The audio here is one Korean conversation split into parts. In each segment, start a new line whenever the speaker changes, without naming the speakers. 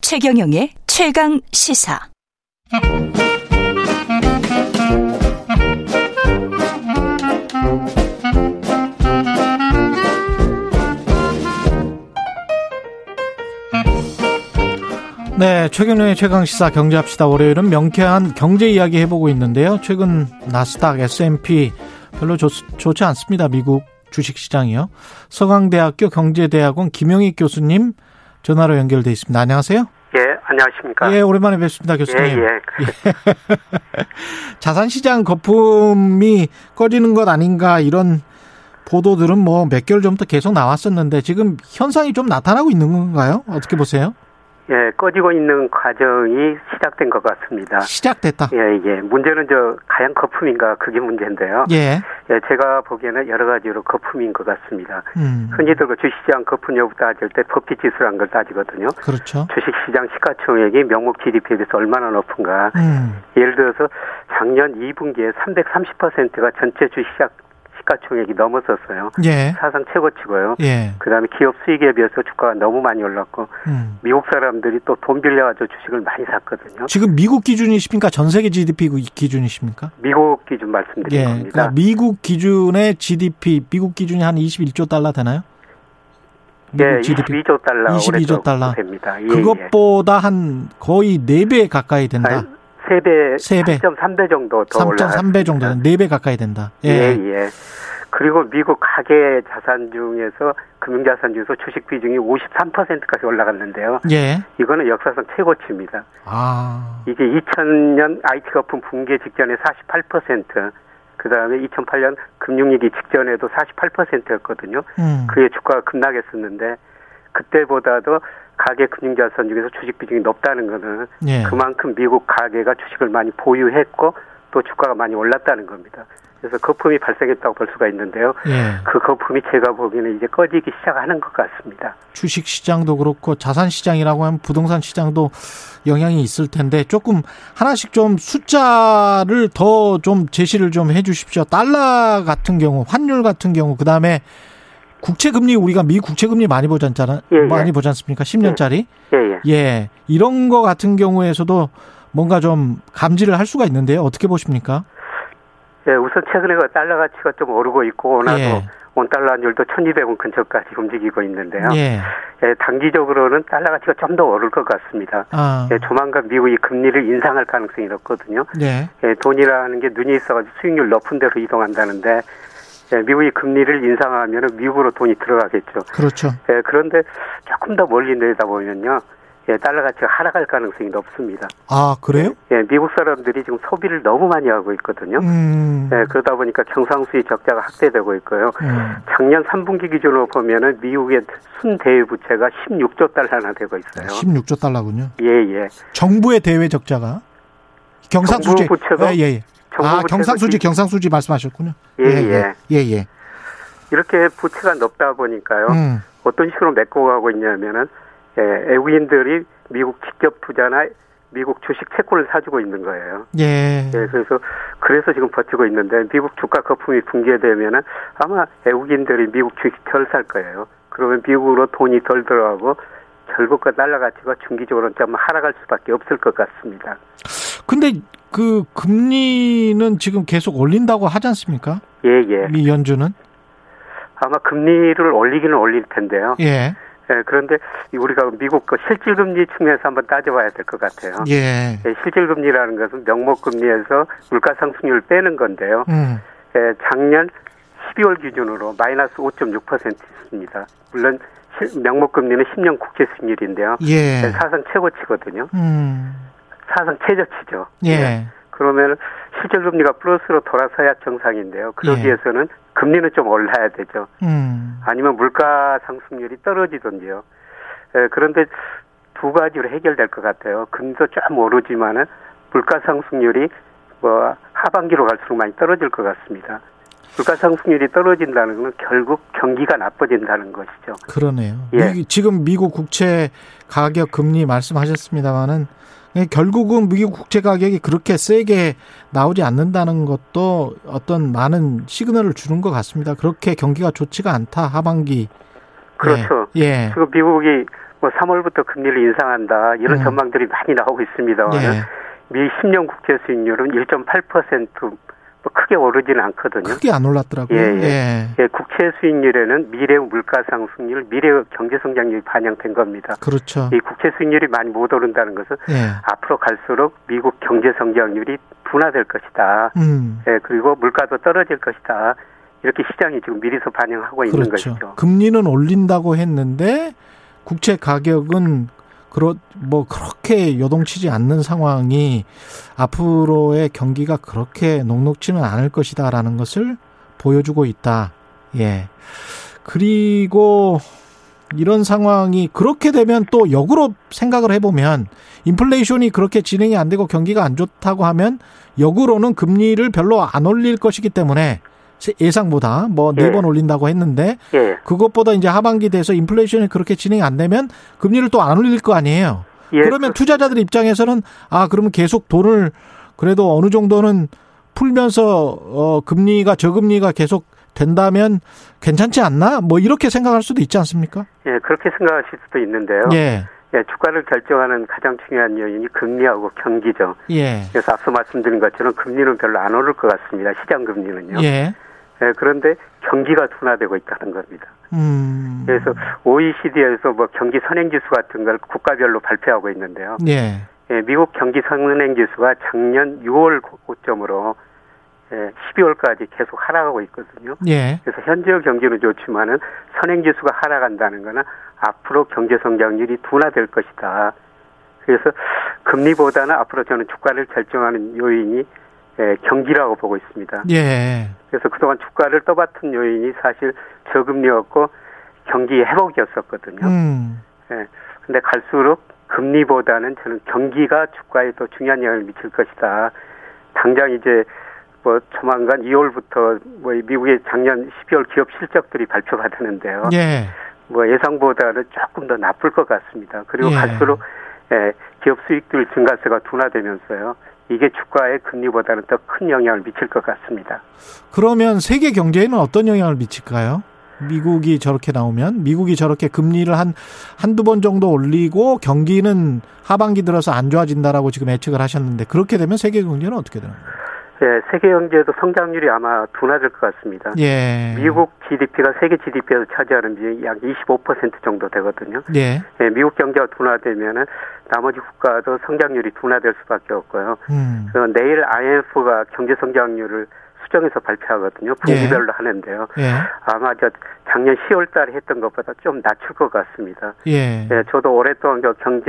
최경영의 최강 시사.
네, 최경련의 최강 시사 경제합시다. 월요일은 명쾌한 경제 이야기 해보고 있는데요. 최근 나스닥, S&P 별로 좋, 좋지 않습니다. 미국 주식시장이요. 서강대학교 경제대학원 김영희 교수님 전화로 연결돼 있습니다. 안녕하세요.
예, 안녕하십니까.
예, 오랜만에 뵙습니다,
예,
교수님.
예.
자산시장 거품이 꺼지는 것 아닌가 이런 보도들은 뭐 몇 개월 전부터 계속 나왔었는데 지금 현상이 좀 나타나고 있는 건가요? 어떻게 보세요?
예, 꺼지고 있는 과정이 시작된 것 같습니다.
시작됐다.
아. 예, 예. 문제는 저 가양 거품인가 그게 문제인데요.
예.
예, 제가 보기에는 여러 가지로 거품인 것 같습니다.
음.
흔히들 그 주식시장 거품 여부 따질 때 버핏지수라는 걸 따지거든요.
그렇죠.
주식시장 시가총액이 명목 GDP에 비해서 얼마나 높은가.
음.
예를 들어서 작년 2분기에 330%가 전체 주식시장 시가총액이 넘었었어요.
예.
사상 최고치고요.
예.
그 다음에 기업 수익에 비해서 주가가 너무 많이 올랐고,
음.
미국 사람들이 또 돈 빌려가지고 주식을 많이 샀거든요.
지금 미국 기준이십니까? 전 세계 GDP 기- 기준이십니까?
미국 기준 말씀드린
예. 그러니까
겁니다.
미국 기준의 GDP, 미국 기준이 한 21조 달러 되나요?
예, 22조 달러,
22조
올해
달러.
됩니다. 예,
그것보다 한 거의 4배 가까이
예.
된다.
세배
세 배.
3.3배 정도 더 올라.
3.3배 정도는 4배 가까이 된다. 예.
예. 예. 그리고 미국 가계 자산 중에서 금융자산 중에서 주식 비중이 53%까지 올라갔는데요.
예.
이거는 역사상 최고치입니다.
아.
이게 2000년 IT 거품 붕괴 직전에 48%, 그 다음에 2008년 금융위기 직전에도 48%였거든요.
음.
그의 주가가 급락했었는데 그때보다도 가계 금융자산 중에서 주식 비중이 높다는 것은
예.
그만큼 미국 가계가 주식을 많이 보유했고 또 주가가 많이 올랐다는 겁니다. 그래서 거품이 발생했다고 볼 수가 있는데요.
예.
그 거품이 제가 보기에는 이제 꺼지기 시작하는 것 같습니다.
주식 시장도 그렇고 자산 시장이라고 하면 부동산 시장도 영향이 있을 텐데 조금 하나씩 좀 숫자를 더 좀 제시를 좀 해주십시오. 달러 같은 경우, 환율 같은 경우, 그 다음에 국채 금리 우리가 미 국채 금리 많이 보지 않잖아,
예, 예.
많이 보지 않습니까? 10년짜리.
예, 예.
예. 이런 거 같은 경우에서도 뭔가 좀 감지를 할 수가 있는데요. 어떻게 보십니까?
예, 우선 최근에 그 달러 가치가 좀 오르고 있고 원화도
예.
원달러 환율도 1,200원 근처까지 움직이고 있는데요.
예.
예, 단기적으로는 달러 가치가 좀 더 오를 것 같습니다.
아.
예, 조만간 미국이 금리를 인상할 가능성이 높거든요.
예.
예, 돈이라는 게 눈이 있어가지고 수익률 높은 데로 이동한다는데 예, 미국이 금리를 인상하면 미국으로 돈이 들어가겠죠.
그렇죠.
예, 그런데 조금 더 멀리 내다보면요. 예, 달러 가치가 하락할 가능성이 높습니다.
아, 그래요?
예, 미국 사람들이 지금 소비를 너무 많이 하고 있거든요.
음.
예, 그러다 보니까 경상수지 적자가 확대되고 있고요.
음.
작년 3분기 기준으로 보면은 미국의 순대외 부채가 16조 달러나 되고 있어요.
16조 달러군요.
예, 예.
정부의 대외 적자가 경상수지
정부 부채가?
예, 예, 예.
정부
아
부채가
경상수지
지금-
경상수지 말씀하셨군요.
예,
예, 예, 예, 예.
이렇게 부채가 높다 보니까요.
음,
어떤 식으로 메꿔가고 있냐면은 예, 외국인들이 미국 직접 투자나 미국 주식 채권을 사주고 있는 거예요.
예,
예, 그래서 그래서 지금 버티고 있는데 미국 주가 거품이 붕괴되면은 아마 외국인들이 미국 주식 덜 살 거예요. 그러면 미국으로 돈이 덜 들어가고 결국 그 달러 가치가 중기적으로 좀 하락할 수밖에 없을 것 같습니다.
근데 그 금리는 지금 계속 올린다고 하지 않습니까?
예, 예.
미 연준은
아마 금리를 올리기는 올릴 텐데요.
예,
예, 그런데 우리가 미국 그 실질 금리 측면에서 한번 따져봐야 될 것 같아요.
예,
예, 실질금리라는 것은 명목금리에서 물가상승률 빼는 건데요.
음,
예, 작년 12월 기준으로 마이너스 5.6%였습니다. 물론 실- 명목금리는 10년 국제 수익률인데요.
예,
예, 사상 최고치거든요.
음,
사상 최저치죠.
예,
그러면 실질금리가 플러스로 돌아서야 정상인데요. 그러기
예.
위해서는 금리는 좀 올라야 되죠.
음,
아니면 물가 상승률이 떨어지던지요. 예, 그런데 두 가지로 해결될 것 같아요. 금도 좀 오르지만은 물가 상승률이 뭐 하반기로 갈수록 많이 떨어질 것 같습니다. 물가 상승률이 떨어진다는 것은 결국 경기가 나빠진다는 것이죠.
그러네요.
예.
미- 지금 미국 국채 가격 금리 말씀하셨습니다만은 결국은 미국 국채 가격이 그렇게 세게 나오지 않는다는 것도 어떤 많은 시그널을 주는 것 같습니다. 그렇게 경기가 좋지가 않다 하반기.
그렇죠.
예. 예.
지금 미국이 뭐 3월부터 금리를 인상한다 이런 전망들이 많이 나오고 있습니다.
네.
미 10년 국채 수익률은 1.8%뭐 크게 오르지는 않거든요.
크게 안 올랐더라고요.
예, 예. 예, 국채 수익률에는 미래 물가 상승률, 미래 경제 성장률이 반영된 겁니다.
그렇죠.
이 국채 수익률이 많이 못 오른다는 것은
예.
앞으로 갈수록 미국 경제 성장률이 둔화될 것이다.
음.
예, 그리고 물가도 떨어질 것이다. 이렇게 시장이 지금 미리서 반영하고 있는
그렇죠.
것이죠.
금리는 올린다고 했는데 국채 가격은 그렇 뭐 그렇게 요동치지 않는 상황이 앞으로의 경기가 그렇게 녹록지는 않을 것이다라는 것을 보여주고 있다. 예. 그리고 이런 상황이 그렇게 되면 또 역으로 생각을 해보면 인플레이션이 그렇게 진행이 안 되고 경기가 안 좋다고 하면 역으로는 금리를 별로 안 올릴 것이기 때문에 세- 예상보다 뭐 네
예.
번 올린다고 했는데
예.
그것보다 이제 하반기 돼서 인플레이션이 그렇게 진행이 안 되면 금리를 또 안 올릴 거 아니에요.
예.
그러면 투자자들 입장에서는 아 그러면 계속 돈을 그래도 어느 정도는 풀면서 어 금리가 저금리가 계속 된다면 괜찮지 않나? 뭐 이렇게 생각할 수도 있지 않습니까?
예, 그렇게 생각하실 수도 있는데요.
예.
예, 주가를 결정하는 가장 중요한 요인이 금리하고 경기죠.
예.
그래서 앞서 말씀드린 것처럼 금리는 별로 안 오를 것 같습니다. 시장 금리는요.
예.
예, 그런데 경기가 둔화되고 있다는 겁니다.
음.
그래서 OECD에서 뭐 경기 선행지수 같은 걸 국가별로 발표하고 있는데요.
예.
예, 미국 경기 선행지수가 작년 6월 고점으로 예, 12월까지 계속 하락하고 있거든요.
예.
그래서 현재 경기는 좋지만은 선행지수가 하락한다는 거는 앞으로 경제 성장률이 둔화될 것이다. 그래서 금리보다는 앞으로 저는 주가를 결정하는 요인이 예, 경기라고 보고 있습니다.
예.
그래서 그동안 주가를 떠받은 요인이 사실 저금리였고 경기 회복이었었거든요.
음.
예. 근데 갈수록 금리보다는 저는 경기가 주가에 더 중요한 영향을 미칠 것이다. 당장 이제 뭐 조만간 2월부터 뭐 미국의 작년 12월 기업 실적들이 발표받았는데요.
예.
뭐 예상보다는 조금 더 나쁠 것 같습니다. 그리고
예.
갈수록 예, 기업 수익들 증가세가 둔화되면서요. 이게 주가에 금리보다는 더 큰 영향을 미칠 것 같습니다.
그러면 세계 경제에는 어떤 영향을 미칠까요? 미국이 저렇게 나오면 미국이 저렇게 금리를 한 한두 번 정도 올리고 경기는 하반기 들어서 안 좋아진다라고 지금 예측을 하셨는데 그렇게 되면 세계 경제는 어떻게 되나요?
예, 세계 경제도 성장률이 아마 둔화될 것 같습니다.
예.
미국 GDP가 세계 GDP에서 차지하는 비율이 약 25% 정도 되거든요.
예.
예, 미국 경제가 둔화되면은 나머지 국가도 성장률이 둔화될 수밖에 없고요.
음.
그 내일 IMF가 경제 성장률을 수정해서 발표하거든요. 분기별로 하는데요.
예.
아마 저 작년 10월 달에 했던 것보다 좀 낮출 것 같습니다.
예.
예, 저도 오랫동안 저 경제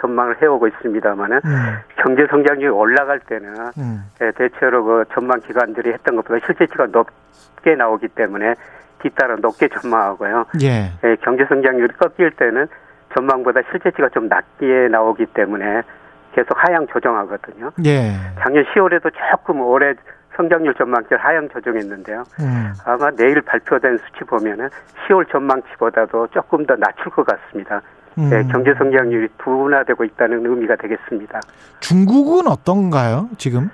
전망을 해오고 있습니다만은
음.
경제 성장률이 올라갈 때는
음.
예, 대체로 그 전망 기관들이 했던 것보다 실제치가 높게 나오기 때문에 뒤따라 높게 전망하고요.
예.
예, 경제 성장률이 꺾일 때는 전망보다 실제치가 좀 낮게 나오기 때문에 계속 하향 조정하거든요.
예.
작년 10월에도 조금 올해 성장률 전망치를 하향 조정했는데요.
음.
아마 내일 발표된 수치 보면은 10월 전망치보다도 조금 더 낮출 것 같습니다.
음.
예, 경제 성장률이 둔화되고 있다는 의미가 되겠습니다.
중국은 어떤가요? 지금?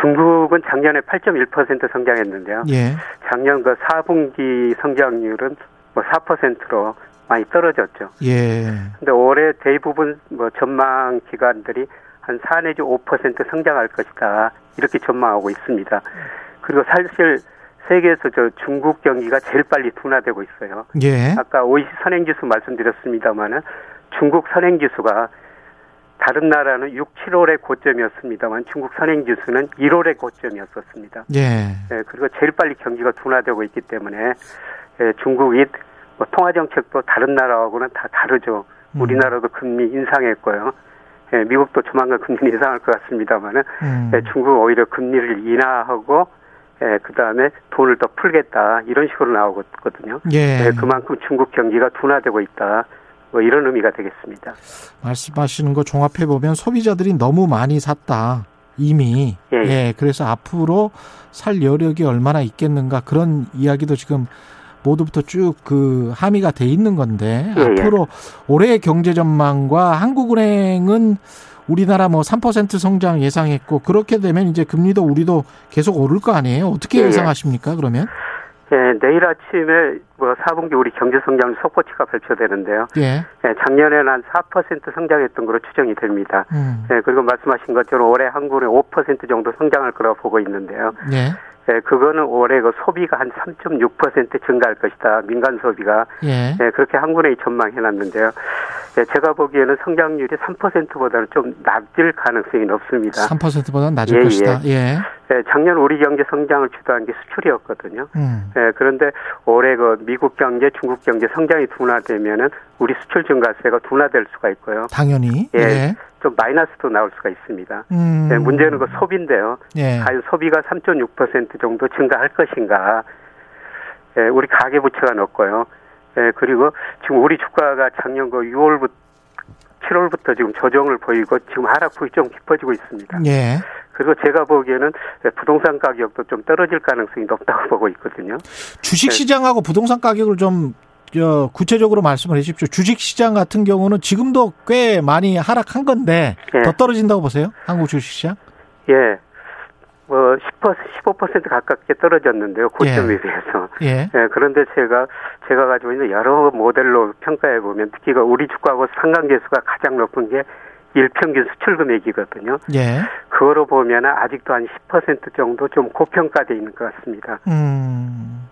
중국은 작년에 8.1% 성장했는데요.
예.
작년 그 4분기 성장률은 뭐 4%로 많이 떨어졌죠.
예.
근데 올해 대부분 뭐 전망 기관들이 한 4 내지 5% 성장할 것이다. 이렇게 전망하고 있습니다. 그리고 사실 세계에서 저 중국 경기가 제일 빨리 둔화되고 있어요.
예.
아까 OECD 선행지수 말씀드렸습니다만은 중국 선행지수가 다른 나라는 6, 7월의 고점이었습니다만 중국 선행지수는 1월의 고점이었었습니다.
예.
예, 그리고 제일 빨리 경기가 둔화되고 있기 때문에 예, 중국이 뭐 통화 정책도 다른 나라하고는 다 다르죠.
음.
우리나라도 금리 인상했고요. 예, 미국도 조만간 금리 인상할 것 같습니다만은
음.
예, 중국 오히려 금리를 인하하고 예, 그 다음에 돈을 더 풀겠다 이런 식으로 나오거든요.
예.
예, 그만큼 중국 경기가 둔화되고 있다. 뭐 이런 의미가 되겠습니다.
말씀하시는 거 종합해 보면 소비자들이 너무 많이 샀다. 이미
예,
예. 그래서 앞으로 살 여력이 얼마나 있겠는가 그런 이야기도 지금 모두부터 쭉 그 함의가 돼 있는 건데
예, 예.
앞으로 올해의 경제 전망과 한국은행은 우리나라 뭐 3% 성장 예상했고 그렇게 되면 이제 금리도 우리도 계속 오를 거 아니에요? 어떻게
예, 예.
예상하십니까? 그러면
예, 내일 아침에 뭐 4분기 우리 경제 성장 속보치가 발표되는데요.
예.
예, 작년에는 한 4% 성장했던 것으로 추정이 됩니다.
음.
예, 그리고 말씀하신 것처럼 올해 한국은 5% 정도 성장할 거라고 보고 있는데요.
예.
예, 그거는 올해 그 소비가 한 3.6% 증가할 것이다. 민간 소비가.
예.
예, 그렇게 한국은행이 전망해놨는데요. 예, 제가 보기에는 성장률이 3%보다는 좀 낮을 가능성이 높습니다.
3%보다 낮을
예,
것이다. 예.
예, 작년 우리 경제 성장을 주도한 게 수출이었거든요.
음.
예, 그런데 올해 그 미국 경제, 중국 경제 성장이 둔화되면은 우리 수출 증가세가 둔화될 수가 있고요.
당연히.
예.
예.
좀 마이너스도 나올 수가 있습니다.
음.
예, 문제는 그 소비인데요.
예.
과연 소비가 3.6% 정도 증가할 것인가. 예, 우리 가계부채가 높고요. 예, 그리고 지금 우리 주가가 작년 그 6월부터 7월부터 지금 조정을 보이고 지금 하락폭이 좀 깊어지고 있습니다.
예.
그리고 제가 보기에는 예, 부동산 가격도 좀 떨어질 가능성이 높다고 보고 있거든요.
주식 시장하고
네.
부동산 가격을 좀 저, 구체적으로 말씀을 해 주십시오. 주식 시장 같은 경우는 지금도 꽤 많이 하락한 건데
예.
더 떨어진다고 보세요? 한국 주식 시장?
예. 뭐 10%, 15% 가깝게 떨어졌는데요. 고점에 비해서.
예.
예, 그런데 제가 제가 가지고 있는 여러 모델로 평가해 보면 특히 그 우리 주가하고 상관계수가 가장 높은 게 일평균 수출 금액이거든요.
예.
그거로 보면 아직도 한 10% 정도 좀 고평가돼 있는 것 같습니다.
음.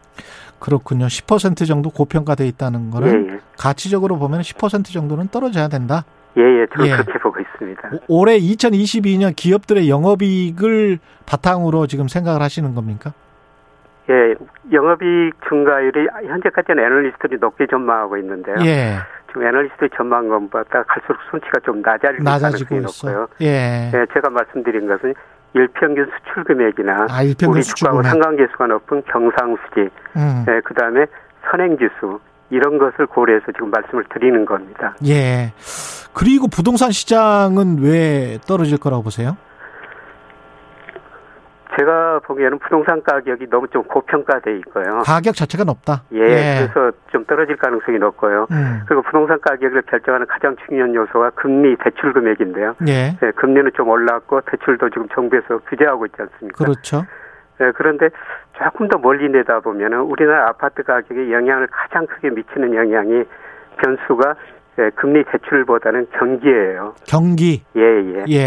그렇군요. 10% 정도 고평가돼 있다는 거는
예, 예.
가치적으로 보면 10% 정도는 떨어져야 된다.
예, 예, 저는
예.
그렇게 보고 있습니다.
오- 올해 2022년 기업들의 영업이익을 바탕으로 지금 생각을 하시는 겁니까?
예, 영업이익 증가율이 현재까지는 애널리스트들이 높게 전망하고 있는데요.
예.
지금 애널리스트 전망 것보다 갈수록 수치가 좀 낮아질
낮아지고
가능성이
있어.
높고요.
예.
예, 제가 말씀드린 것은 일평균 수출 금액이나
아, 일평균
우리
수출
주가하고
금액.
상관계수가 높은 경상수지,
음.
예, 그 다음에 선행지수 이런 것을 고려해서 지금 말씀을 드리는 겁니다.
예. 그리고 부동산 시장은 왜 떨어질 거라고 보세요?
제가 보기에는 부동산 가격이 너무 좀 고평가돼 있고요.
가격 자체가 높다.
음. 예, 그래서 좀 떨어질 가능성이 높고요.
음.
그리고 부동산 가격을 결정하는 가장 중요한 요소가 금리 대출 금액인데요.
예.
예, 금리는 좀 올랐고 대출도 지금 정부에서 규제하고 있지 않습니까?
그렇죠.
예, 그런데 조금 더 멀리 내다보면 우리나라 아파트 가격에 영향을 가장 크게 미치는 영향이 변수가 예, 금리 대출보다는 경기예요.
경기.
예, 예.
예.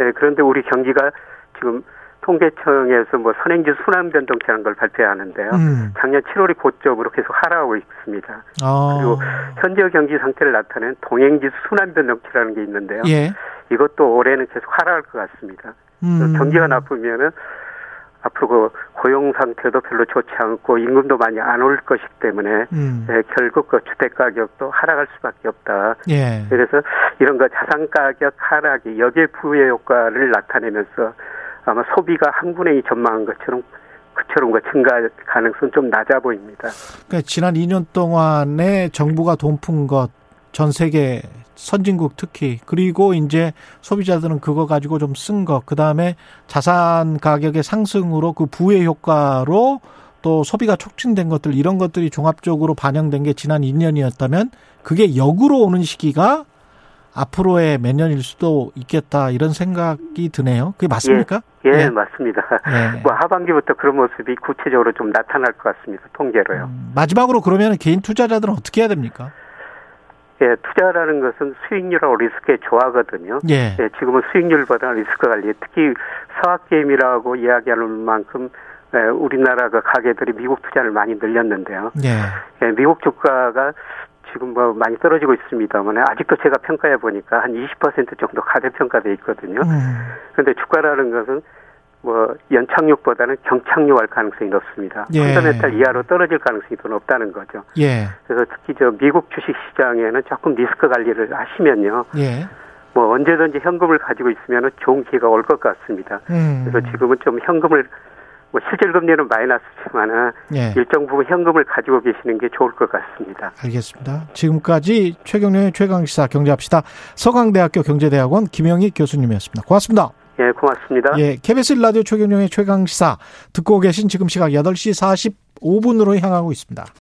예, 그런데 우리 경기가 지금 통계청에서 뭐 선행지 순환 변동치라는 걸 발표하는데요.
음.
작년 7월이 고점으로 계속 하락하고 있습니다.
어.
그리고 현재 경기 상태를 나타낸 동행지 순환 변동치라는 게 있는데요.
예.
이것도 올해는 계속 하락할 것 같습니다.
음.
경기가 나쁘면은 앞으로 그 고용 상태도 별로 좋지 않고 임금도 많이 안 올 것이기 때문에
음.
예, 결국 그 주택 가격도 하락할 수밖에 없다.
예.
그래서 이런 거 자산 가격 하락이 역의 부의 효과를 나타내면서 아마 소비가 한군행이 전망한 것처럼 그처럼 그 증가 가능성 좀 낮아 보입니다.
그러니까 지난 2년 동안에 정부가 돈 푼 것, 전 세계 선진국 특히 그리고 이제 소비자들은 그거 가지고 좀 쓴 것, 그 다음에 자산 가격의 상승으로 그 부의 효과로 또 소비가 촉진된 것들 이런 것들이 종합적으로 반영된 게 지난 2년이었다면 그게 역으로 오는 시기가 앞으로의 몇 년일 수도 있겠다 이런 생각이 드네요. 그게 맞습니까?
예,
예.
맞습니다.
예.
뭐 하반기부터 그런 모습이 구체적으로 좀 나타날 것 같습니다. 통계로요.
음, 마지막으로 그러면 개인 투자자들은 어떻게 해야 됩니까?
예, 투자라는 것은 수익률하고 리스크의 조화거든요.
예.
예, 지금은 수익률보다는 리스크 관리, 특히 서학게임이라고 이야기하는 만큼 예, 우리나라 그 가게들이 미국 투자를 많이 늘렸는데요.
예.
예, 미국 주가가 지금 뭐 많이 떨어지고 있습니다만 아직도 제가 평가해 보니까 한 20% 정도 가대평가돼 있거든요.
음.
그런데 주가라는 것은 뭐 연착륙보다는 경착륙할 가능성이 높습니다.
예.
펀더멘탈 이하로 떨어질 가능성이 더 높다는 거죠.
예,
그래서 특히 저 미국 주식 시장에는 조금 리스크 관리를 하시면요,
예.
뭐 언제든지 현금을 가지고 있으면 좋은 기회가 올 것 같습니다.
음.
그래서 지금은 좀 현금을 뭐 실질 금리는 마이너스지만은
예.
일정 부분 현금을 가지고 계시는 게 좋을 것 같습니다.
알겠습니다. 지금까지 최경련의 최강시사 경제합시다. 서강대학교 경제대학원 김영희 교수님이었습니다. 고맙습니다.
예, 고맙습니다.
예, KBS 라디오 최경련의 최강시사 듣고 계신 지금 시각 8시 45분으로 향하고 있습니다.